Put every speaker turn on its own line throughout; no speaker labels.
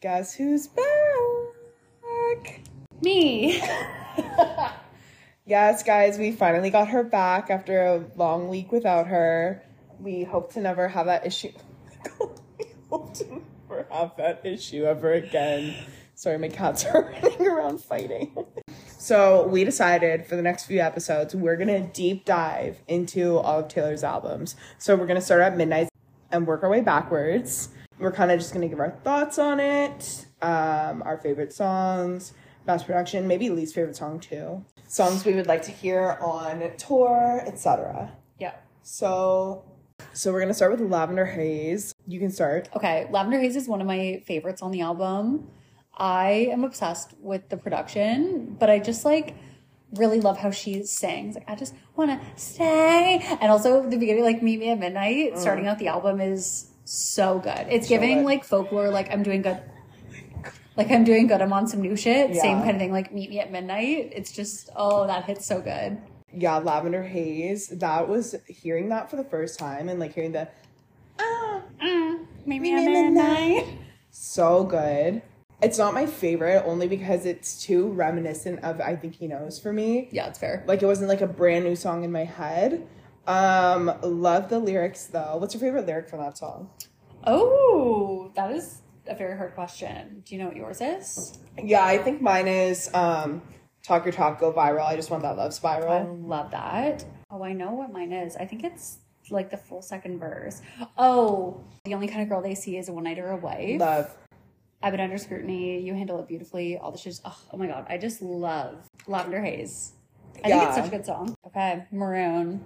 Guess who's back?
Me.
Yes, guys, we finally got her back after a long week without her. We hope to never have that issue. we hope to never have that issue ever again. Sorry, my cats are running around fighting. So, we decided for the next few episodes, we're going to deep dive into all of Taylor's albums. So, we're going to start at midnight and work our way backwards. We're kind of just gonna give our thoughts on it, um, our favorite songs, mass production, maybe least favorite song too, songs we would like to hear on tour, etc.
yeah.
So, so we're gonna start with Lavender Haze. You can start.
Okay, Lavender Haze is one of my favorites on the album. I am obsessed with the production, but I just like really love how she sings. Like I just wanna stay. And also the beginning, like Meet Me at Midnight, starting out the album is so good. It's giving
Mm. good.
like folklore, like I'm doing good. Like I'm doing good, I'm on some new shit. Same
Yeah.
kind of thing, like Meet Me at Midnight. It's just oh that hits so good.
Yeah, Lavender Haze. That was hearing that for the first time and like hearing the ah,
Meet
Me at Midnight. so good. It's not my favorite only because it's too reminiscent of I Think He Knows for me.
Yeah, it's fair.
Like it wasn't like a brand new song in my head. Um, love the lyrics though. What's your favorite lyric from that song?
Oh, that is a very hard question. Do you know what yours is?
Yeah, I think mine is um, "Talk Your Talk, Go Viral." I just want that love
I
spiral.
love that. Oh, I know what mine is. I think it's like the full second verse. Oh, the only kind of girl they see is a one nighter away.
Love.
I've been under scrutiny. You handle it beautifully. All the shit. Oh, oh my god, I just love Lavender Haze. I think it's
Yeah.
such a good song. Okay, Maroon,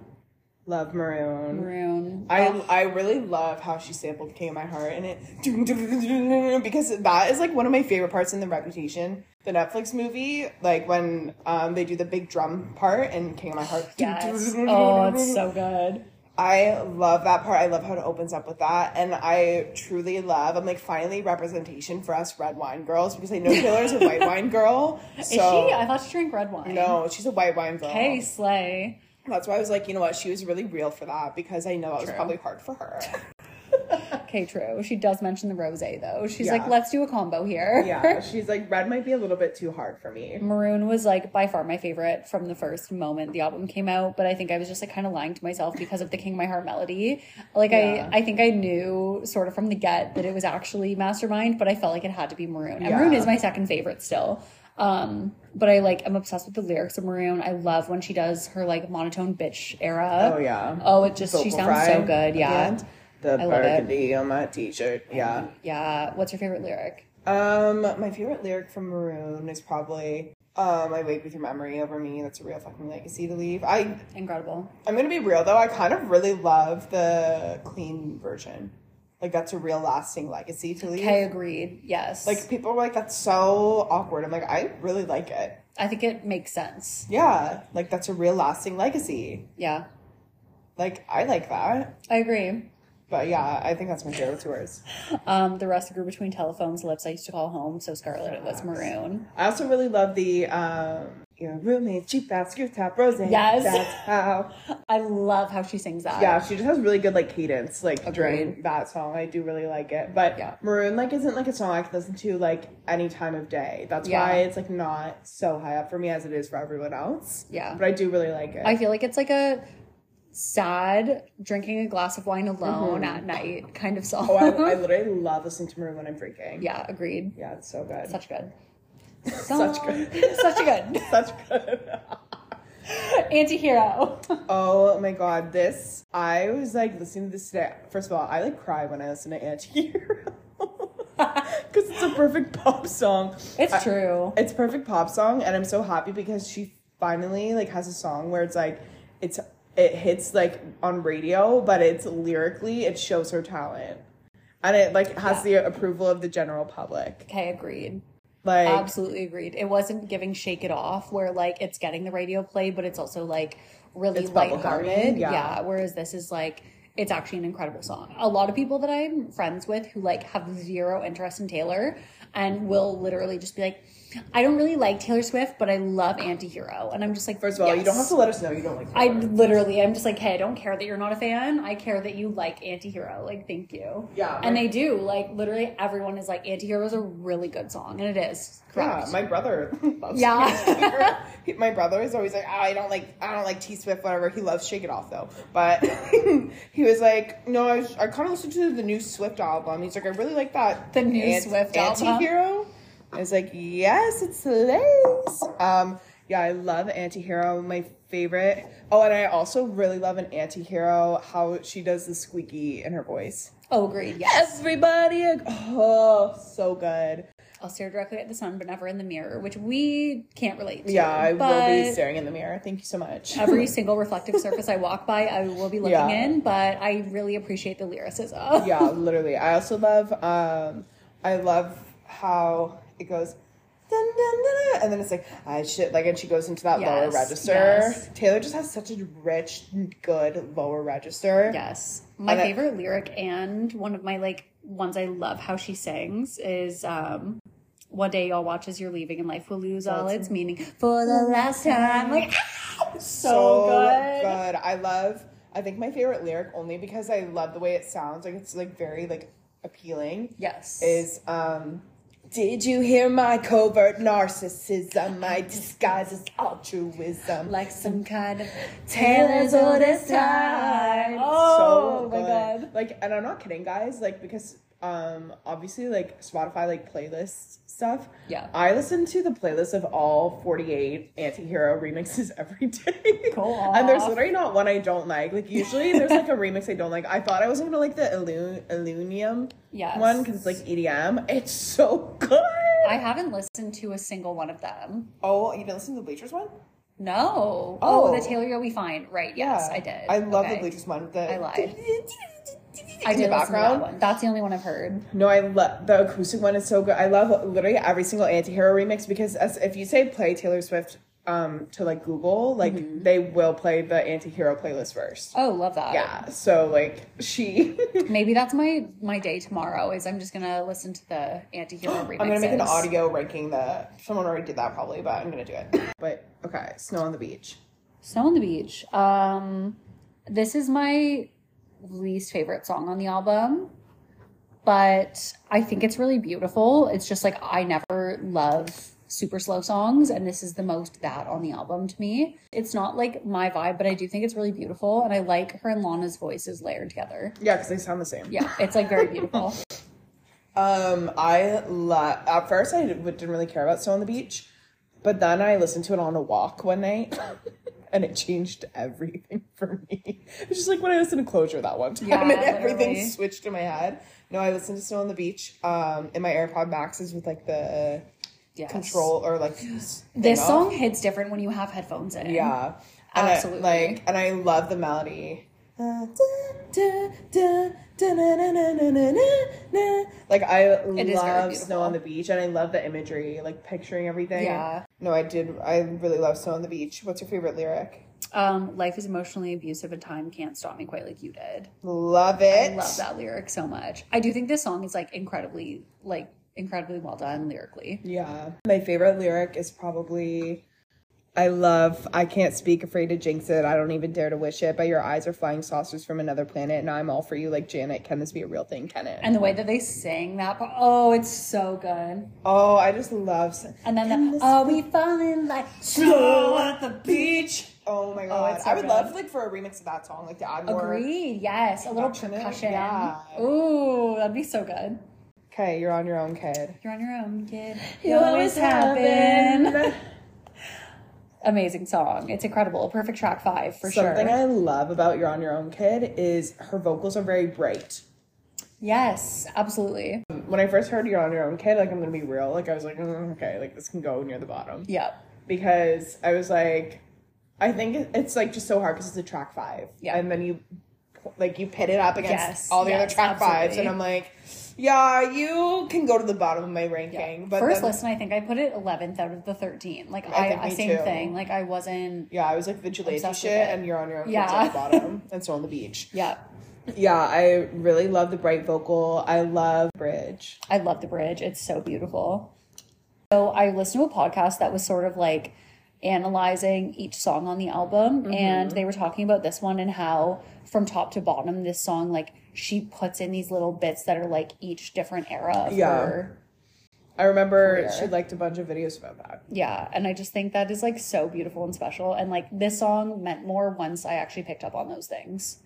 Love Maroon.
Maroon.
I
Oh,
I really love how she sampled "King of My Heart" and it because that is like one of my favorite parts in the Reputation, the Netflix movie. Like when um, they do the big drum part in "King of My Heart."
yes. Oh, it's so good.
I love that part. I love how it opens up with that. And I truly love, I'm like, finally representation for us red wine girls because I know Taylor's a white wine girl.
Is she? I thought she drank red wine.
No, she's a white wine girl.
Hey, Slay.
That's why I was like, you know what? She was really real for that because I know that was
True.
probably hard for her.
Okay, true. She does mention the rose though. She's
Yeah.
like, let's do a combo here.
yeah, she's like, red might be a little bit too hard for me.
Maroon was like by far my favorite from the first moment the album came out, but I think I was just like kind of lying to myself because of the King My Heart melody. Like
Yeah.
I I think I knew sort of from the get that it was actually Mastermind, but I felt like it had to be Maroon. And
Yeah.
Maroon is my second favorite still. Um but I like I'm obsessed with the lyrics of Maroon. I love when she does her like monotone bitch era.
Oh, yeah.
Oh, it just she
Vocal fry
sounds so good.
at the
Yeah.
end. The
I love it.
burgundy on that t shirt. Yeah.
Yeah. What's your favorite lyric?
Um, my favorite lyric from Maroon is probably um, "I wake with your memory over me." That's a real fucking legacy to leave. I
Incredible.
I'm gonna be real though. I kind of really love the clean version. Like that's a real lasting legacy to leave.
Okay, agreed. Yes.
Like people were like, "That's so awkward." I'm like, I really like it.
I think it makes sense.
Yeah, like that's a real lasting legacy.
Yeah.
Like I like that.
I agree.
But yeah, I think that's my favorite tours.
Um, the rest grew between telephones, lips I used to call home. So Scarlet, it was maroon.
I also really love the um, your roommate cheap ass your top rose.
Yes.
that's how.
I love how she sings that.
Yeah, she just has really good like cadence, like during
Um, Agreed.
that song. I do really like it. But
Yeah.
Maroon like isn't like a song I can listen to like any time of day. That's
Yeah.
why it's like not so high up for me as it is for everyone else.
Yeah.
But I do really like it.
I feel like it's like a sad drinking a glass of wine alone at night kind of song.
Mm-hmm. oh, I, I literally love listening to Maroon when I'm drinking.
yeah, agreed.
Yeah, it's so good.
Such good.
Such good.
Song. Such a good
Such good.
anti-hero.
oh my god, this I was like listening to this today. First of all, I like cry when I listen to Antihero. Because it's a perfect pop song.
It's
I-
true.
It's a perfect pop song, and I'm so happy because she finally like has a song where it's like it's it hits like on radio, but it's lyrically it shows her talent, and it like has the approval of the general public.
Okay, agreed.
Like
Absolutely agreed. It wasn't giving Shake It Off, where like it's getting the radio play, but it's also like really
It's bubblegum,
lighthearted.
yeah.
Yeah. Whereas this is like it's actually an incredible song. A lot of people that I'm friends with who like have zero interest in Taylor and will literally just be like, I don't really like Taylor Swift, but I love Antihero. And I'm just like,
First of all, you don't have to let us know you don't like.
I
Taylor.
literally, I'm just like, hey, I don't care that you're not a fan. I care that you like Antihero. Like, thank you.
Yeah,
And
my-
they do. Like, literally everyone is like, Antihero is a really good song. And it is.
Yeah,
Correct.
my brother loves
Yeah.
Taylor. He- my brother is always like, oh, I don't like, I don't like T Swift, whatever. He loves Shake It Off though, but he was like, no, I, was- I kind of listened to the new Swift album. He's like, I really like that.
The new Swift album?
Antihero. I was like, yes, it slays. Um, yeah, I love Antihero. My favorite. Oh, and I also really love an Antihero. How she does the squeaky in her voice.
oh, agreed. Yes.
Everybody, ag- oh, so good.
I'll stare directly at the sun, but never in the mirror, which we can't relate to.
Yeah, I will be
But
staring in the mirror. Thank you so much.
Every single reflective surface I walk by, I will be looking
Yeah.
in, but I really appreciate the lyricism.
yeah, literally. I also love um I love how it goes dun, dun, dun, dun, and then it's like I should like and she goes into that lower
Yes,
register.
yes.
Taylor just has such a rich, good lower register.
Yes. My
And I-
favorite lyric and one of my like ones I love how she sings is um one day y'all watch as you're leaving and life will lose all its meaning for the last time. Like ah, so, good.
I love I think my favorite lyric only because I love the way it sounds. Like it's like very like appealing.
Yes.
is um did you hear my covert narcissism? My disguise is altruism.
like some kind of
Taylor's
Taylor's
oldest
oldest
time.
time.
Oh
Oh my god.
Like, and I'm not kidding, guys. Like, because um, obviously, like Spotify, like playlist stuff.
Yeah.
I listen to the playlist of all 48 anti-hero remixes every day.
Go
And there's
off.
literally not one I don't like. Like usually, there's like a remix I don't like. I thought I was gonna like the Illun- Illunium
Yes.
one because it's like EDM. It's so good.
I haven't listened to a single one of them.
oh, you didn't listen to the Bleachers one?
No.
Oh.
Oh, the Taylor You'll Be Fine. Right. Yes, I did.
Uh, I love
Okay.
the Bleachers one. with The
I lied. I
in the
did listen to that
background.
one. That's the only one I've heard.
No, I love the acoustic one is so good. I love literally every single anti-hero remix because as, if you say play Taylor Swift um to like Google, like
Mm-hmm.
they will play the anti-hero playlist first.
Oh, love that.
Yeah. So like she
Maybe that's my my day tomorrow. Is I'm just gonna listen to the anti-hero remixes.
I'm gonna make an audio ranking that someone already did that probably, but I'm gonna do it. But okay, Snow on the Beach.
Snow on the beach. Um, this is my least favorite song on the album, but I think it's really beautiful. It's just like I never love super slow songs, and this is the most that on the album to me. It's not like my vibe, but I do think it's really beautiful, and I like her and Lana's voices layered together.
Yeah, because they sound the same.
Yeah, it's like very beautiful.
Um, I love. At first, I w- didn't really care about Snow on the Beach, but then I listened to it on a walk one night, and it changed everything for me. It was just like when I listened to Closure that one time,
Yeah,
and everything
literally.
switched in my head. No, I listened to Snow on the Beach, um, in my AirPod Maxes with like the
Yes.
control or like this
This song hits different when you have headphones in.
Yeah, and I-
Absolutely.
like, and I love the melody. Uh, da, da, da, da, na, na, na, na, na, na. Like I
very
love snow
beautiful.
on the beach, and I love the imagery, like picturing everything.
Yeah.
No, I did. I really love snow on the beach. What's your favorite lyric?
Um, life is emotionally abusive and time can't stop me quite like you did.
Love it.
I love that lyric so much. I do think this song is like incredibly, like incredibly well done lyrically.
Yeah. My favorite lyric is probably I love I can't speak afraid to jinx it. I don't even dare to wish it, but your eyes are flying saucers from another planet and I'm all for you like Janet. Can this be a real thing? Can it?
And the way that they sang that part, oh, it's so good.
Oh, I just love. s-
And then the, are we falling like snow at the beach?
Oh my god,
it's so
I would
good.
love like for a remix of that song, like to add more.
Agreed, yes. A little
Percussion,
percussion.
yeah.
Ooh, that'd be so good.
Okay, you're on your own, kid.
You're on your own, kid. You always happen. Amazing song. It's incredible. A perfect track five for
Something
sure.
I love about "You're on Your Own, Kid" is her vocals are very bright.
yes, absolutely.
When I first heard "You're on Your Own, Kid," like I'm gonna be real, like I was like, "Mm, okay, like this can go near the bottom
Yep.
because I was like, I think it- it's like just so hard because it's a track five,
Yeah.
and then you like you pit it up against
Yes,
all the other
yes,
track fives,
absolutely.
and I'm like, yeah, you can go to the bottom of my ranking, but
First
then-
listen, I think I put it 11th out of the 13.
I
Like, I,
think
I
me
same
too.
thing. Like, I wasn't.
Yeah, I was like vigilante
Obsessed
shit,
with it.
and you're on your own. Yeah.
Yeah.
At the bottom, and so on the beach.
Yeah.
Yeah, I really love the bright vocal. I love bridge.
I love the bridge. It's so beautiful. So I listened to a podcast that was sort of like analyzing each song on the album
Mm-hmm.
and they were talking about this one and how from top to bottom this song like she puts in these little bits that are like each different era of
Yeah.
her.
I remember
Career.
she liked a bunch of videos about that.
Yeah, and I just think that is like so beautiful and special and like this song meant more once I actually picked up on those things.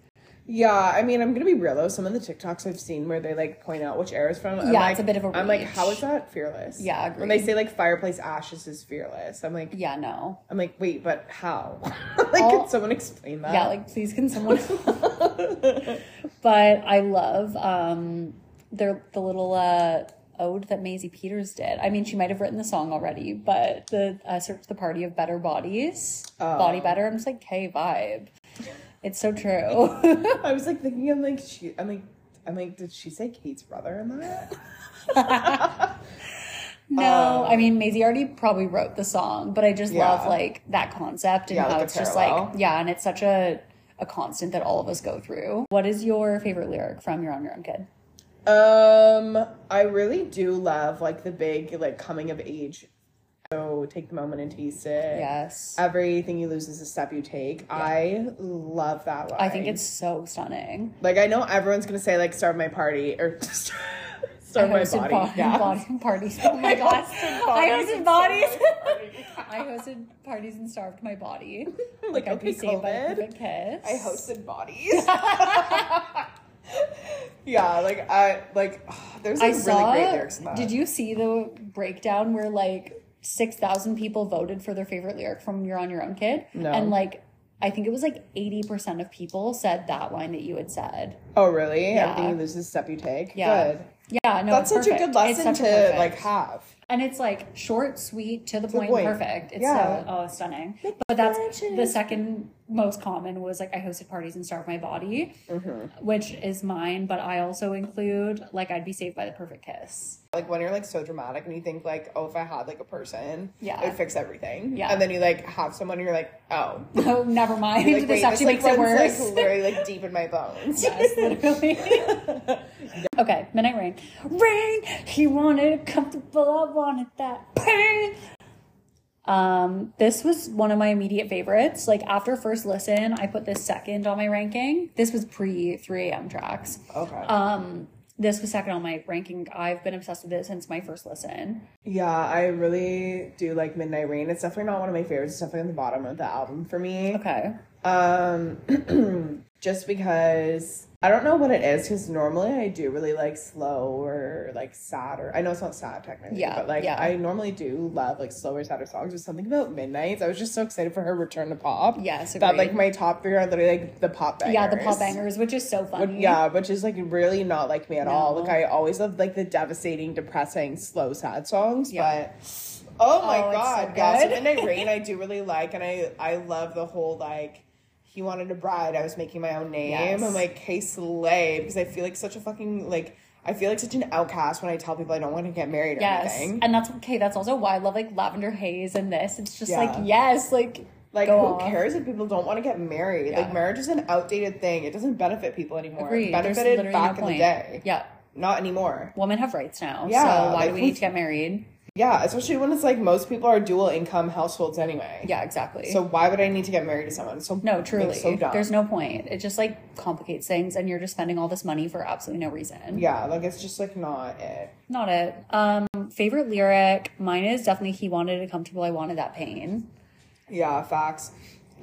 Yeah, I mean, I'm gonna be real though. Some of the TikToks I've seen where they like point out which era it's from. I'm
Yeah,
like,
it's a bit of a
I'm like,
reach.
how is that fearless?
Yeah,
When they
agreed.
say like fireplace ashes is fearless, I'm like,
Yeah, no.
I'm like, wait, but how? like,
All-
could someone explain that?
Yeah, like please can someone But I love um their the little uh ode that Maisie Peters did. I mean, she might have written the song already, but the uh, search the party of better bodies,
Oh.
body better. I'm just like, hey, vibe. It's so true.
I was like thinking, I'm like, she, I'm like, I'm like, did she say Kate's brother in that?
no, I mean Maisie already probably wrote the song, but I just
Um, Yeah.
love like that concept and
Yeah,
how
like a
it's just
parallel.
like yeah, and it's such a a constant that all of us go through. What is your favorite lyric from You're on Your Own Kid?
Um, I really do love like the big like coming of age. So take the moment and taste it.
Yes.
Everything you lose is a step you take. I love that line.
I think it's so stunning.
like I know everyone's gonna say like starve my party or starve my
hosted
body.
bo-
yeah.
body- parties. Oh my
I
god.
hosted
I
bodies
hosted
and
bodies.
starved my
I hosted parties and starved my body.
Like,
I'd be
okay,
saved by
COVID.
a perfect kiss.
I hosted bodies. yeah, like I like there's
I
like really
saw.
great lyrics in that.
did you see the breakdown where like six thousand people voted for their favorite lyric from "You're on Your Own, Kid"?
No.
And like, I think it was like eighty percent of people said that line that you had said.
Oh really?
Yeah.
Everything you lose is a step you take.
Yeah.
Good.
Yeah. No.
That's
it's
such a good
perfect. It's
lesson
such
to
a perfect.
like have.
And it's like short, sweet, to the point,
point.
perfect. It's
Yeah.
so oh stunning.
Make
But that's
matches.
the second most common was like I hosted parties and starved my body,
Mm-hmm.
which is mine. But I also include like I'd be saved by the perfect kiss.
Like when you're like so dramatic and you think like, oh, if I had like a person,
Yeah.
it would fix everything.
Yeah.
And then you like have someone and you're like, oh.
Oh, never mind.
Like,
this
wait,
actually
like,
makes it
runs,
worse.
Like, literally like deep in my bones.
Yes, literally. okay, midnight rain. Rain. He wanted it comfortable. I wanted that pain. Um, this was one of my immediate favorites. Like after first listen, I put this second on my ranking. This was pre 3 a.m. tracks.
Okay.
Um, this was second on my ranking. I've been obsessed with it since my first listen.
yeah, I really do like Midnight Rain. It's definitely not one of my favorites. It's definitely on the bottom of the album for me.
Okay.
Um, just because I don't know what it is. Because normally I do really like slow or like sad or I know it's not sad technically,
Yeah,
but like
yeah.
I normally do love like slower, sadder songs. There's something about Midnight's. I was just so excited for her return to pop.
Yes,
that like
agreed.
my top three are literally like the pop bangers.
Yeah, the pop bangers, which is so funny.
Yeah, which is like really not like me at all.
No.
Like I always love like the devastating, depressing, slow, sad songs.
Yeah.
But oh my
Oh, it's
god,
so
yeah. So
good.
Midnight Rain, I do really like, and I I love the whole like he wanted a bride. I was making my own name.
Yes.
I'm like, hey, slay, because I feel like such a fucking like I feel like such an outcast when I tell people I don't want to get married or
Yes.
anything.
And that's okay. That's also why I love like Lavender Haze and this. It's just
Yeah.
like, yes, like,
Like,
go
who
off.
cares if people don't want to get married?
Yeah.
Like, marriage is an outdated thing. It doesn't benefit people anymore.
Agreed.
It
There's
benefited
literally no
back in the
point.
day.
Yeah.
Not anymore.
Women have rights now.
Yeah,
So why
like,
do we
who-
need to get married?
Yeah, especially when it's like most people are dual income households anyway.
Yeah, exactly.
So why would I need to get married to someone? So
no,
like,
truly.
so dumb.
There's no point. It just like complicates things and you're just spending all this money for absolutely no reason.
Yeah, like it's just like not it.
Not it. Um favorite lyric, mine is definitely he wanted it comfortable, I wanted that pain.
Yeah, facts.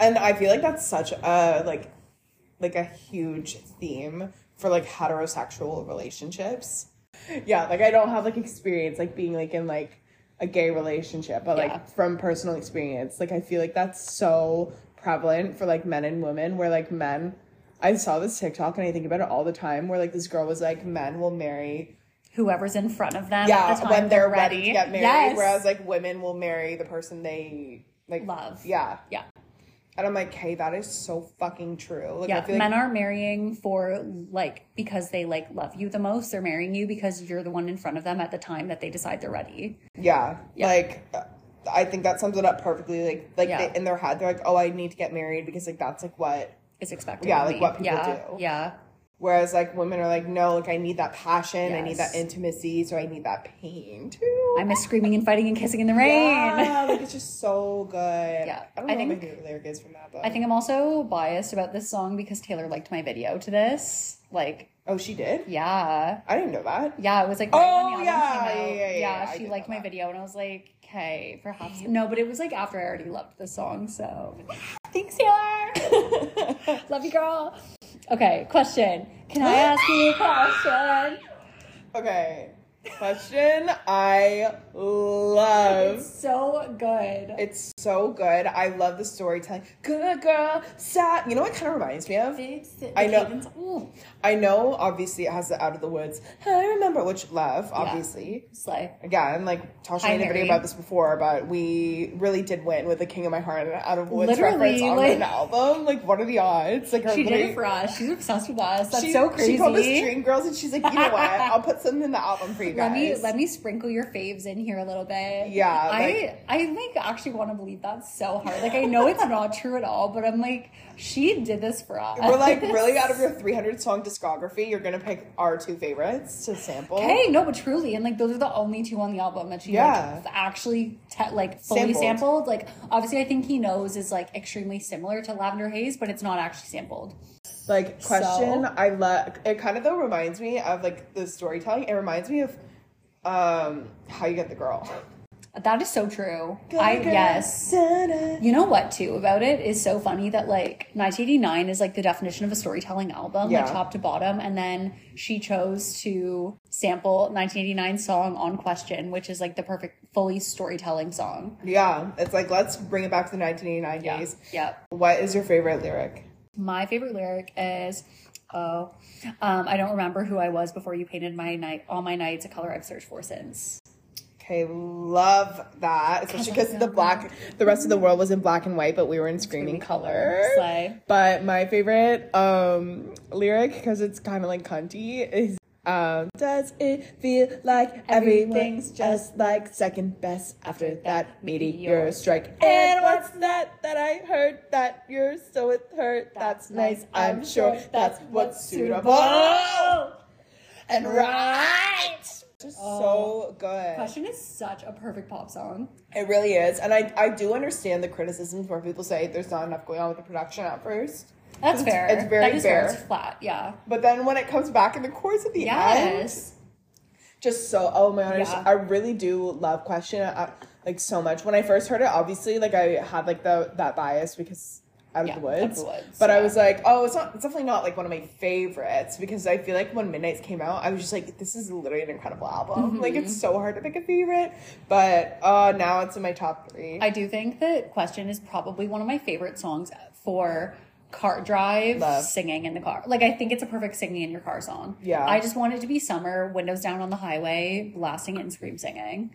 And I feel like that's such a like, like a huge theme for like heterosexual relationships. Yeah, like I don't have like experience like being like in like a gay relationship, but
Yeah.
like from personal experience, like I feel like that's so prevalent for like men and women where like men I saw this TikTok and I think about it all the time where like this girl was like men will marry
Whoever's in front of them
yeah
at the time
when they're ready. to get married
Yes.
whereas like women will marry the person they like
Love.
Yeah.
yeah.
And I'm like, hey, that is so fucking true. Like, I
Yeah,
feel like,
men aren't marrying for like because they like love you the most. They're marrying you because you're the one in front of them at the time that they decide they're ready.
yeah,
Yeah.
like, uh, I think that sums it up perfectly. Like, like
Yeah.
they, in their head, they're like, oh, I need to get married because like that's like what.
Is expected.
Yeah,
of
like
me.
what people
yeah,
do.
Yeah,
Whereas like women are like, no, like I need that passion, I need that
Yes.
intimacy, so I need that pain too.
I miss screaming and fighting and kissing in the rain.
Yeah, like it's just so good. Yeah, I don't know
I
what my
think-
favorite lyric is from that, but
I think I'm also biased about this song because Taylor liked my video to this. Like,
oh, she did.
yeah.
I didn't know that.
Yeah, it was like
Oh,
when the album
yeah,
came out.
yeah, yeah, yeah, I
she
did
liked
know
my
that.
video and I was like, okay, perhaps no, but it was like after I already loved the song, so thanks, Taylor. Love you, girl. Okay, question. Can I ask you a question?
Okay, question. I love.
It's so good.
It's so good. I love the storytelling. Good girl, sad. You know what kind of reminds me of? I know.
Cadence. Ooh,
I know, obviously, it has the out of the woods. I remember which love, obviously.
slay.
Yeah, and like Tasha
Hi,
made a video
Harry.
about this before, but we really did win with the King of My Heart and Out of the Woods
Literally,
reference on
like-
an album. Like, what are the odds? Like, our
She did
literally-
it for us. She's obsessed with us. That's
she,
so crazy.
She called us Dream Girls, and she's like, you know what? I'll put something in the album for you guys.
Let me let me sprinkle your faves in here a little bit.
Yeah,
I I like actually want to believe that so hard. Like I know it's not true at all, but I'm like she did this for us.
We're like, really, out of your 300 song discography, you're gonna pick our two favorites to sample.
Hey, no, but truly, and like those are the only two on the album that she
Yeah.
like, actually te- like fully
Sampled.
sampled. Like obviously, I think he knows is like extremely similar to Lavender Haze, but it's not actually sampled.
Like question,
So-
I love it. Kind of though reminds me of like the storytelling. It reminds me of um how you get the girl.
That is so true. I
Girl,
yes.
da-da.
You know what too about it is so funny that like 1989 is like the definition of a storytelling album,
Yeah.
like top to bottom, and then she chose to sample 1989 song on question, which is like the perfect fully storytelling song.
Yeah, it's like let's bring it back to the 1989 days.
Yeah.
What is your favorite lyric?
My favorite lyric is, "Oh, um, I don't remember who I was before you painted my night. All my nights, a color I've searched for since."
Okay, love that, especially because the black, the rest of the world was in black and white, but we were in screaming color.
Slay.
But my favorite um lyric, because it's kind of like cunty, is um, Does it feel like everything's just like second best after that meteor strike? And what's that that I heard that you're so it hurt? That's nice, I'm sure that's what's suitable and right. Just so good.
Question is such a perfect pop song.
It really is. And I, I do understand the criticisms where people say there's not enough going on with the production at first.
That's fair.
it's very
that is
fair.
It's flat. Yeah.
But then when it comes back in the course of the end,
Yes.
just so, oh my gosh,
Yeah.
I really do love Question uh, like so much. When I first heard it, obviously, like I had like the that bias because out of
Yeah,
the
Out
woods.
of the Woods,
but I
yeah.
was like, oh, it's not, it's definitely not like one of my favorites because I feel like when Midnight's came out, I was just like, this is literally an incredible album.
Mm-hmm.
Like it's so hard to pick a favorite, but uh, now it's in my top three.
I do think that Question is probably one of my favorite songs for car drive
Love.
singing in the car. Like I think it's a perfect singing in your car song.
Yeah.
I just want it to be summer, windows down on the highway, blasting it and scream singing.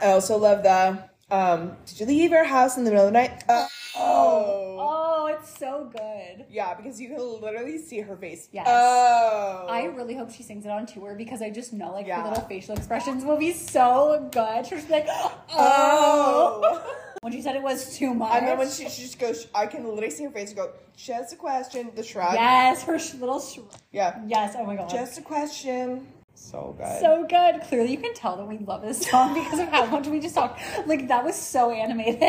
I also love the um did you leave your house in the middle of the night? Uh, oh.
Oh, it's so good.
Yeah, because you can literally see her face.
Yes.
Oh.
I really hope she sings it on tour because I just know like
Yeah.
her little facial expressions will be so good. She'll just be like, oh.
Oh.
When she said it was too much.
and then when she, she just goes, I can literally see her face go, just a question, the shrug.
yes, her sh- little sh-
Yeah.
yes. Oh my god.
Just a question. So good.
so good. Clearly, you can tell that we love this song because of how much we just talked. Like that was so animated.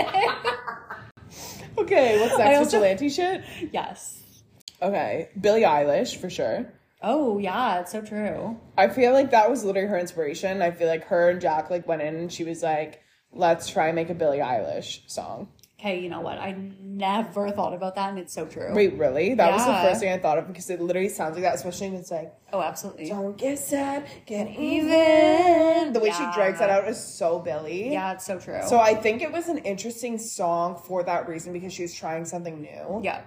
okay, what's
I
next?
also-
Vigilante shit?
yes.
Okay. Billie Eilish, for sure.
Oh yeah, it's so true.
I feel like that was literally her inspiration. I feel like her and Jack like went in and she was like, let's try and make a Billie Eilish song.
Okay, you know what? I never thought about that, and it's so true.
Wait, really? That was the
Yeah.
first thing I thought of because it literally sounds like that, especially when it's like,
Oh, absolutely.
don't get sad, get
Even
The way
Yeah.
she drags that out is so Billy.
Yeah, it's so true.
So I think it was an interesting song for that reason because she was trying something new.
yeah,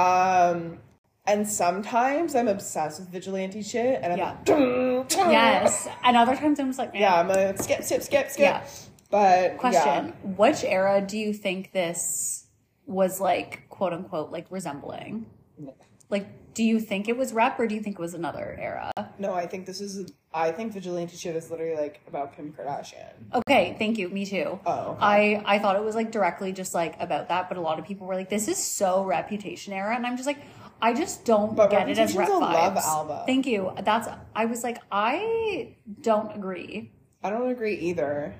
Um, and sometimes I'm obsessed with vigilante shit, and I'm
Yeah.
like, "Dum, dum."
yes. And other times I'm just like, eh.
yeah, I'm like skip, skip, skip, skip.
Yeah.
But
Question:
yeah.
Which era do you think this was like, quote unquote, like resembling? Like, do you think it was rep, or do you think it was another era?
No, I think this is. I think vigilante shit is literally like about Kim Kardashian.
Okay, thank you. Me too.
Oh, okay.
I I thought it was like directly just like about that, but a lot of people were like, "This is so Reputation era," and I'm just like, I just don't
But
get it as rep
Reputation's a
vibes.
love album.
Thank you. That's I was like I don't agree.
I don't agree either.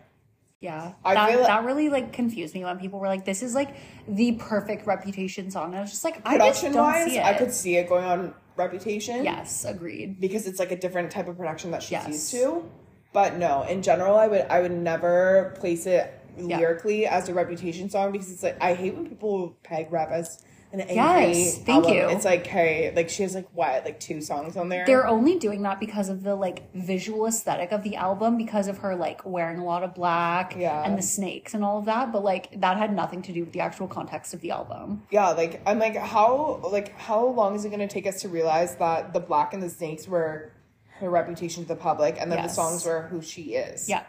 Yeah,
I
that,
feel-
that really like confused me when people were like, "This is like the perfect Reputation song," and I was just like, "I just
Production
don't
wise,
see it."
I could see it going on Reputation.
yes, agreed.
Because it's like a different type of production that she's
Yes.
used to. But no, in general, I would I would never place it
Yeah.
lyrically as a Reputation song because it's like I hate when people peg rap as an angry
Yes, thank
album.
you.
It's like hey, like she has like what like two songs on there.
They're only doing that because of the like visual aesthetic of the album, because of her like wearing a lot of black
Yeah.
and the snakes and all of that. But like that had nothing to do with the actual context of the album.
yeah, like I'm like how like how long is it gonna take us to realize that the black and the snakes were her reputation to the public, and then the
Yes.
songs were who she is.
Yeah,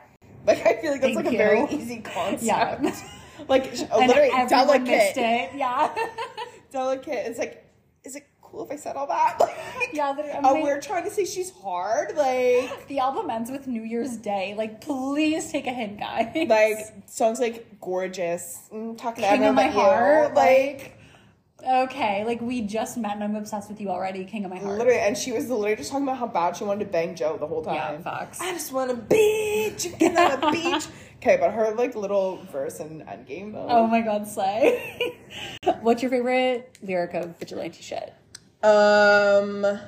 Like I feel like that's
Thank
like a
you.
very easy concept.
Yeah.
like sh-
and
literally
everyone missed
delicate.
it. Yeah,
Delicate. It's like, is it cool if I said all that? Like,
yeah. they're- I mean,
oh,
they-
we're trying to say she's hard. Like,
The album ends with New Year's Day. Like, please take a hint, guys.
like songs like gorgeous, mm, talking to
King
everyone
of My
but you.
Heart.
Like,
Like, okay, like we just met and I'm obsessed with you already. King of My Heart.
literally, and she was literally just talking about how bad she wanted to bang Joe the whole
Yeah,
time.
facts.
I just want a beach, get on a beach. Okay, but her like little verse in Endgame though.
Oh my God, Slay. What's your favorite lyric of Vigilante Shit? Oh.
Um,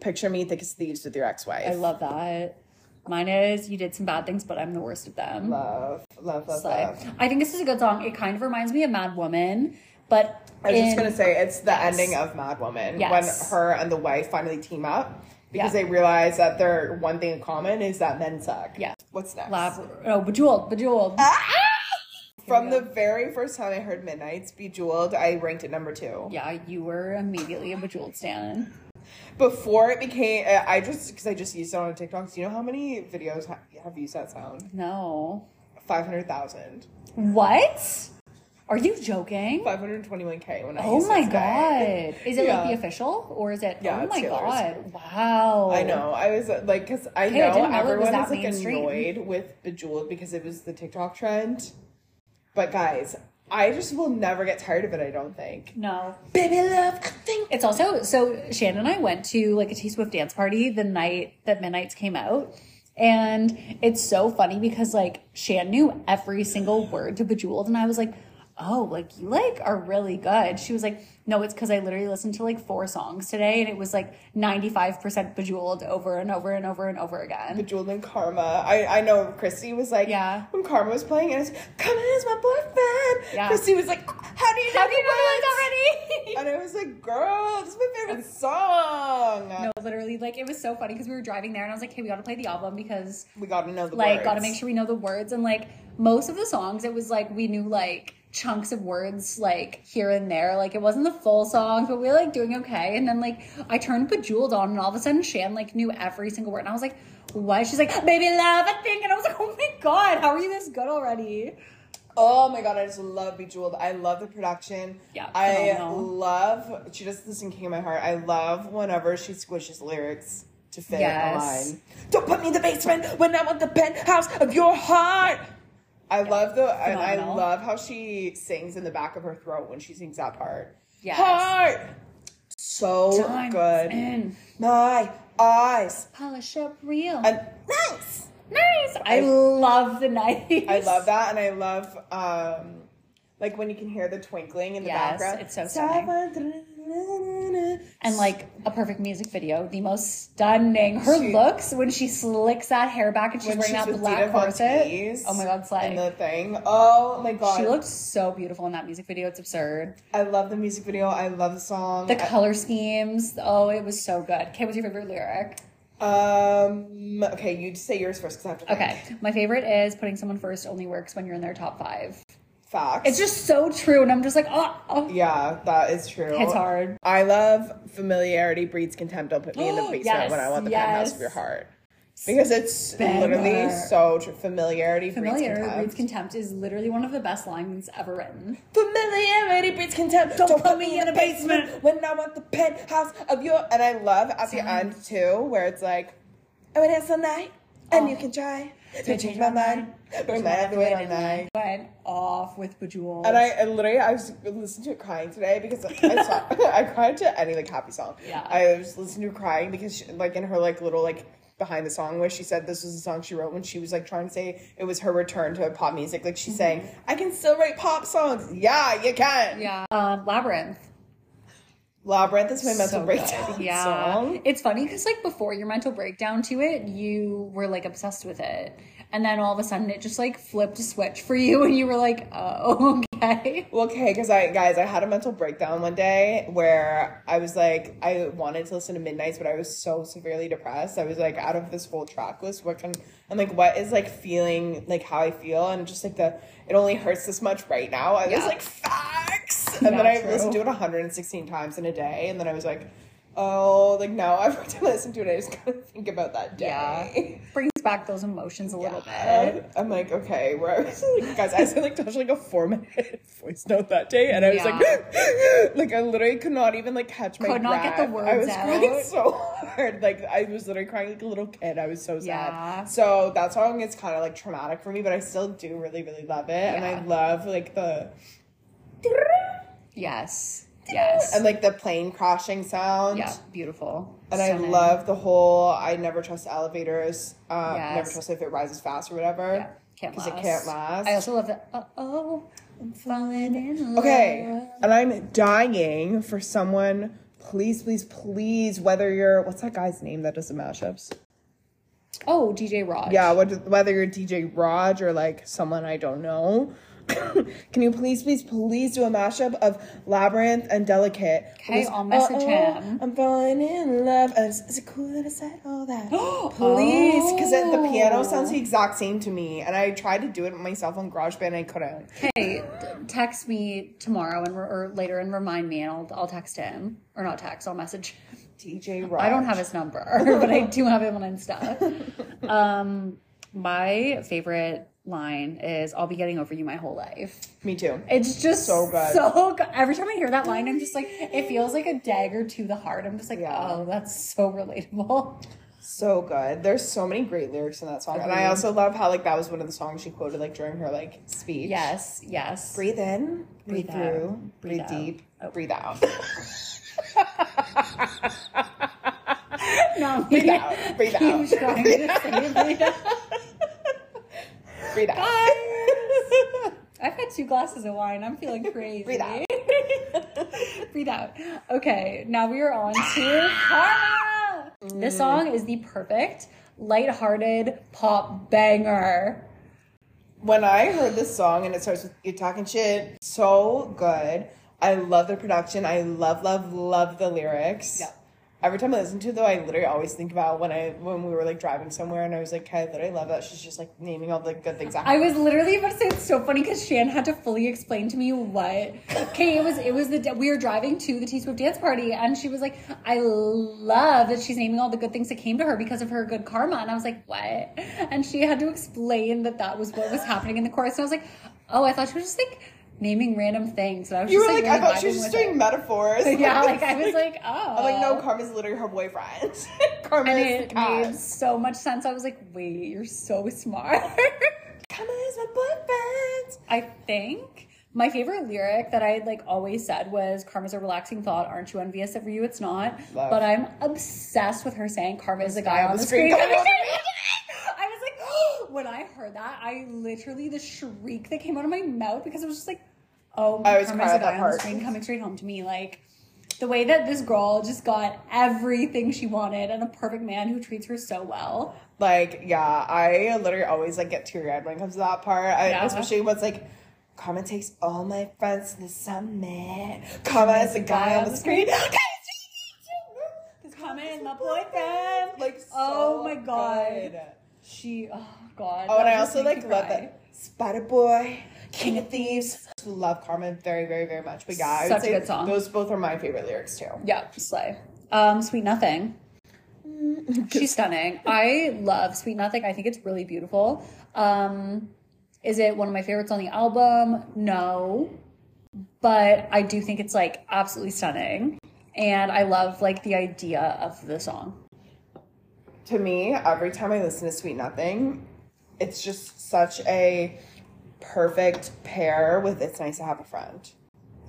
picture me thick as thieves with your ex-wife.
I love that. Mine is you did some bad things, but I'm the worst of them.
love, love, love,
Slay.
love.
I think this is a good song. It kind of reminds me of Mad Woman, but
I was
in-
just gonna say it's the ending of Mad Woman
Yes.
when her and the wife finally team up because
Yeah.
they realize that their one thing in common is that men suck.
Yeah.
What's next?
Lab, oh, bejeweled, bejeweled.
From the very first time I heard Midnight's Bejeweled, I ranked it number two.
Yeah, you were immediately a bejeweled stan.
Before it became, uh, I just because I just used it on a TikTok. Do you know how many videos ha- have used that sound?
No.
Five hundred thousand.
What? Are you joking?
521k when I
Oh
used
my
it today.
god. Is it
Yeah.
like the official or is it
Yeah,
Oh
it's
my
Taylor's.
god. Wow.
I know. I was uh, like, because I
Okay, I
know
didn't know it was
everyone
that
is like
mainstream.
annoyed with Bejeweled because it was the TikTok trend. But guys, I just will never get tired of it. I don't think.
No.
Baby love, thing.
It's also so Shannon and I went to like a T Swift dance party the night that Midnight's came out. And it's so funny because like Shan knew every single word to Bejeweled and I was like, Oh, like you like are really good. She was like, No, it's because I literally listened to like four songs today and it was like ninety five percent bejeweled over and over and over and over again.
Bejeweled and Karma. I I know Christy was like,
Yeah.
When Karma was playing, and it's Karma is my boyfriend.
Yeah.
Christy was like, How do you know?
How do you know
the words?"
that already?
And I was like, Girl, this is my favorite song.
No, literally, like it was so funny because we were driving there and I was like, hey, we gotta play the album because
We gotta know the
like
words.
gotta make sure we know the words and like most of the songs it was like we knew like chunks of words like here and there. Like it wasn't the full song, but we were like doing okay. And then like I turned Bejeweled on and all of a sudden Shan like knew every single word and I was like, why? She's like, baby love, I think. And I was like, oh my god, how are you this good already?
Oh my god, I just love Bejeweled. I love the production.
Yeah,
I
phenomenal.
love she does this in King of My Heart. I love whenever she squishes lyrics to fit
Yes.
a line. Don't put me in the basement when I'm on the penthouse of your heart. I love the and I
phenomenal.
love how she sings in the back of her throat when she sings that part.
Yes.
Heart. So
Time's
good.
in.
My eyes.
Polish up real.
And nice.
nice. I, love the night.
I love that, and I love um, like when you can hear the twinkling in the
Yes,
background.
it's so and like a perfect music video. The most stunning. Her
She-
looks when she slicks that hair back and she's
When
wearing
she's
that
with
black
Dita Von
corset.
Teese
Oh my god,
and
slay.
the thing. Oh my god,
She looked so beautiful in that music video. It's absurd.
I love the music video. I love the song.
The color schemes. Oh, it was so good. Okay, what's your favorite lyric?
um, okay, you say yours first because I have to. think.
Okay, my favorite is putting someone first only works when you're in their top five.
facts.
It's just so true, and I'm just like, oh, oh.
yeah, that is true.
It's hard.
I love familiarity breeds contempt. Don't put me in the basement
Yes,
when I want the
yes.
penthouse of your heart. Because it's
Banger.
literally so true. Familiarity, breeds
Familiar
contempt.
breeds contempt is literally one of the best lines ever written.
Familiarity breeds contempt. Don't, put me in the basement, when I want the penthouse of your. And I love at the end too, where it's like, I would dance all night, and Oh. you can try. to change my mind, but my other way online.
Went off with Bejeweled.
And I and literally, I was listening to it crying today because I saw, I cried to any like happy song.
Yeah.
I was listening to her crying because she, like in her like little like behind the song where she said this was a song she wrote when she was like trying to say it was her return to pop music. Like she's saying, I can still write pop songs. Yeah, you can.
yeah. Um, Labyrinth.
Labyrinth is my mental
So
breakdown
good. Yeah.
song.
It's funny because like before your mental breakdown to it, you were like obsessed with it. And then all of a sudden it just like flipped a switch for you and you were like, oh, okay.
Well, okay, because I guys, I had a mental breakdown one day where I was like, I wanted to listen to Midnight's, but I was so severely depressed. I was like, out of this whole track list, what can I'm like, what is like feeling like how I feel, and just like the it only hurts this much right now. I was
Yeah.
like, facts, and then
Yeah,
I
true.
listened to it 116 times in a day, and then I was like, oh, like now every time I listen to it, I just gotta think about that day.
Brings back those emotions a little bit.
And I'm like, okay, where I was like, guys, I sent like touched like a four minute voice note that day, and I was like, like I literally could not even like catch my
Could not get
breath.
the
I was
words
crying
out.
so hard, like I was literally crying like a little kid. I was so sad.
Yeah.
So that song is kind of like traumatic for me, but I still do really really love it, and I
Yeah.
love like the
Yes. Yes.
and like the plane crashing sound.
Yeah. Beautiful.
And I
Stunning.
love the whole I never trust elevators, um, never
Yes.
trust if it rises fast or whatever.
Yeah. Can't last.
Because it can't last.
I also love that. Uh oh. I'm falling in love.
Okay, and I'm dying for someone. Please, please, please. Whether you're what's that guy's name that does the mashups?
Oh, DJ Rod.
Yeah, what, whether you're DJ Raj or like someone I don't know. Can you please, please, please do a mashup of Labyrinth and Delicate?
Okay, I'll message him.
I'm falling in love. Uh, Is, is it cool that I said all that?
Oh.
please, because the piano sounds the exact same to me, and I tried to do it myself on GarageBand and I couldn't.
Hey, text me tomorrow and re- or later and remind me, and I'll I'll text him or not text. I'll message. him.
DJ Raj.
I don't have his number, but I do have him on Insta. Um, my favorite line is "I'll be getting over you my whole life."
Me too.
It's just
So good.
So good. Every time I hear that line, I'm just like, it feels like a dagger to the heart. I'm just like,
Yeah.
oh, that's so relatable.
So good. There's so many great lyrics in that song, and I
Agreed.
also love how like that was one of the songs she quoted like during her like speech.
Yes, yes.
Breathe in, breathe,
Breathe out,
through, breathe,
breathe out.
deep,
Oh.
breathe out.
No,
Breathe out, breathe
He
out.
was trying to say breathe out.
breathe out.
I've had two glasses of wine. I'm feeling crazy.
Breathe out.
Breathe out. Okay, now we are on to Karma. This song is the perfect lighthearted pop banger.
When I heard this song and it starts with you talking shit, so good. I love the production. I love, love, love the lyrics.
Yeah.
Every time I listen to it, though, I literally always think about when I when we were like driving somewhere and I was like, "Okay, I literally love that she's just like naming all the good things.
I was literally about to say it's so funny because Shan had to fully explain to me what. Okay, it was it was the da- we were driving to the T Swift dance party and she was like, "I love that she's naming all the good things that came to her because of her good karma," and I was like, "What?" And she had to explain that that was what was happening in the chorus, and I was like, "Oh, I thought she was just like naming random things," and I was
you
just
were like,
really
"I thought she was
vibing
just
with
doing metaphors."
it. yeah, like I was like, "Oh."
I'm like, no, Carmen's literally her boyfriend. Carmen
and
is the
it
cat.
made so much sense. I was like, "Wait, you're so smart."
Carmen is my boyfriend.
I think my favorite lyric that I had like always said was "Karma's a relaxing thought. Aren't you envious of you? It's not."
Love.
But I'm obsessed with her saying "Karma is a guy on the
screen
screen."
coming over
I was like, when I heard that, I literally the shriek that came out of my mouth because it was just like, "Oh,
I always
Karma's
cry
a
at that
guy on the
part.
screen coming straight home to me." Like. The way that this girl just got everything she wanted and a perfect man who treats her so well.
Like, yeah, I literally always like get teary eyed when it comes to that part. I,
Yeah.
Especially when it's like, Carmen takes all my friends to the summit. Carmen is the guy on the screen.
Because Karma is my boyfriend.
like, so
oh my god.
good.
She, oh god.
Oh, and
that
I
just
also like
makes me
love
cry.
that Spider Boy, King of Thieves. Love Carmen very, very, very much. But yeah, I would
Such a
say
good song.
those both are my favorite lyrics too.
Yeah, slay. Um, Sweet Nothing.
Mm.
She's stunning. I love Sweet Nothing. I think it's really beautiful. Um, is it one of my favorites on the album? No. But I do think it's like absolutely stunning. And I love like the idea of the song.
to me, every time I listen to Sweet Nothing, it's just such a perfect pair with It's Nice to Have a Friend.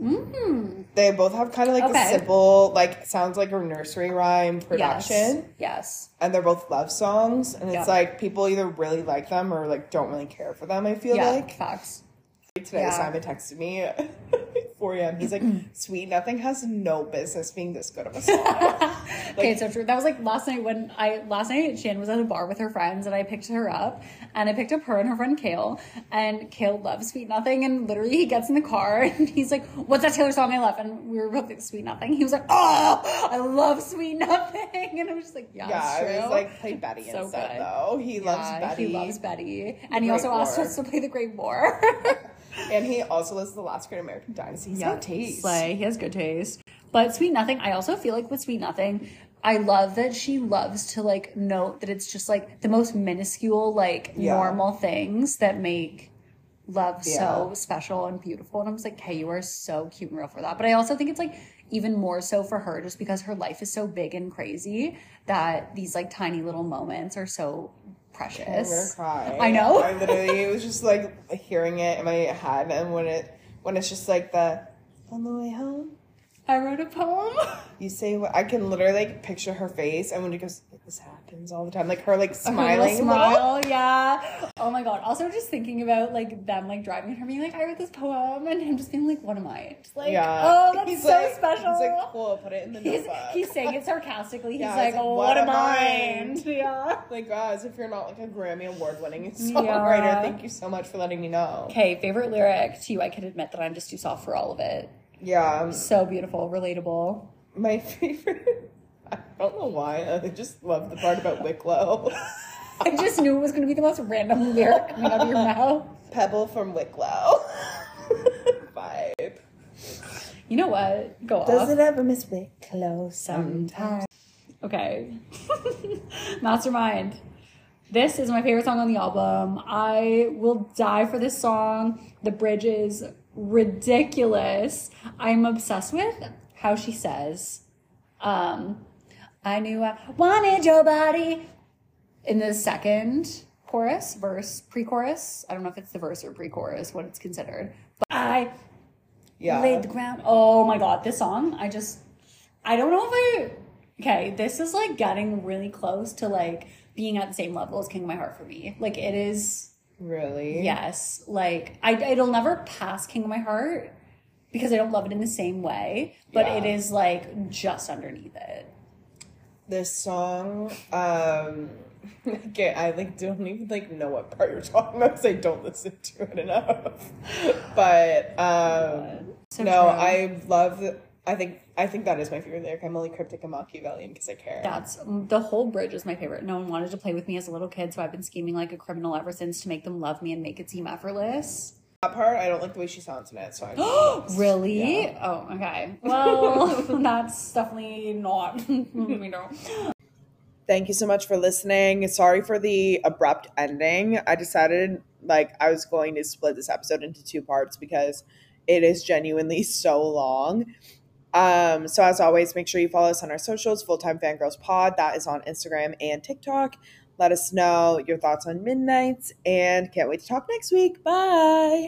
Mm.
They both have kind of like
Okay.
a simple, like sounds like a nursery rhyme production.
Yes.
And they're both love songs. And it's
Yeah.
like people either really like them or like don't really care for them, I feel
yes. Yeah.
like.
Facts.
Today
Yeah.
Simon texted me at 4 a.m. He's like, Sweet Nothing has no business being this good of a song.
okay, it's so true. That was like last night when I last night Shan was at a bar with her friends and I picked her up and I picked up her and her friend Kale and Kale loves Sweet Nothing and literally he gets in the car and he's like, "What's that Taylor song I love?" And we were both like, "Sweet Nothing." He was like, "Oh, I love Sweet Nothing," and I was just like, "Yeah,
yeah,
it's
it was
true."
like play Betty
So
instead
good.
though. He loves
Yeah,
Betty.
He loves Betty, and
Great
he also asked
War.
us to play the Great War.
And he also lives the last great American dynasty. He's got taste.
Slay. He has good taste. But Sweet Nothing, I also feel like with Sweet Nothing, I love that she loves to like note that it's just like the most minuscule, like
Yeah.
normal things that make love so
Yeah.
special and beautiful. And I'm just like, hey, you are so cute and real for that. But I also think it's like even more so for her just because her life is so big and crazy that these like tiny little moments are so
I'm gonna
precious.
cry.
I know.
I literally it was just like hearing it in my head, and when it when it's just like the on the way home,
I wrote a poem.
you say what I can literally like, picture her face, and when it goes, this happens all the time, like her like
Her little
smiling, little-
smile, yeah. Oh my god. Also, just thinking about like them like driving and her being like, "I wrote this poem," and him just being like, "What am I?" Just like,
yeah.
oh, that's
He's
so
like-
special.
He's like, cool. Put it in the
He's,
notebook.
he's saying it sarcastically. He's
Yeah,
like,
it's like,
"What,
what
am
am
I?"
I?
Yeah.
like, guys, if you're not like a Grammy award winning songwriter,
Yeah.
thank you so much for letting me know.
Okay, favorite lyric to you? I can admit that I'm just too soft for all of it.
Yeah, um,
So beautiful, relatable.
My favorite. I don't know why. I just love the part about Wicklow.
I just knew it was going to be the most random lyric coming out of your mouth.
Pebble from Wicklow. Vibe.
You know what? Go off.
ever miss
Oh,
Wicklow
sometimes. Okay. Mastermind. This is my favorite song on the album. I will die for this song. The bridge is ridiculous. I'm obsessed with how she says, um, I knew I wanted your body in the second chorus, verse, pre chorus. I don't know if it's the verse or pre chorus, what it's considered. But I laid
Yeah.
the ground. Oh my god, this song, I just I don't know if I Okay, this is like getting really close to like being at the same level as King of My Heart for me. Like it is
Really?
yes, like I it'll never pass King of My Heart because I don't love it in the same way, but
Yeah.
it is like just underneath it.
This song, um, okay, I like don't even like know what part you're talking about because I don't listen to it enough. But um,
So
no,
true.
I love. The, I think I think that is my favorite lyric. I'm only cryptic and Machiavellian because I care.
That's the whole bridge is my favorite. No one wanted to play with me as a little kid, so I've been scheming like a criminal ever since to make them love me and make it seem effortless.
That part, I don't like the way she sounds in it, so I'm
really? Oh, okay. Well, that's definitely not. we know.
Thank you so much for listening. Sorry for the abrupt ending. I decided like I was going to split this episode into two parts because it is genuinely so long. Um, so as always, make sure you follow us on our socials, Full Time Fangirls Pod. That is on Instagram and TikTok. Let us know your thoughts on Midnight's and can't wait to talk next week. Bye.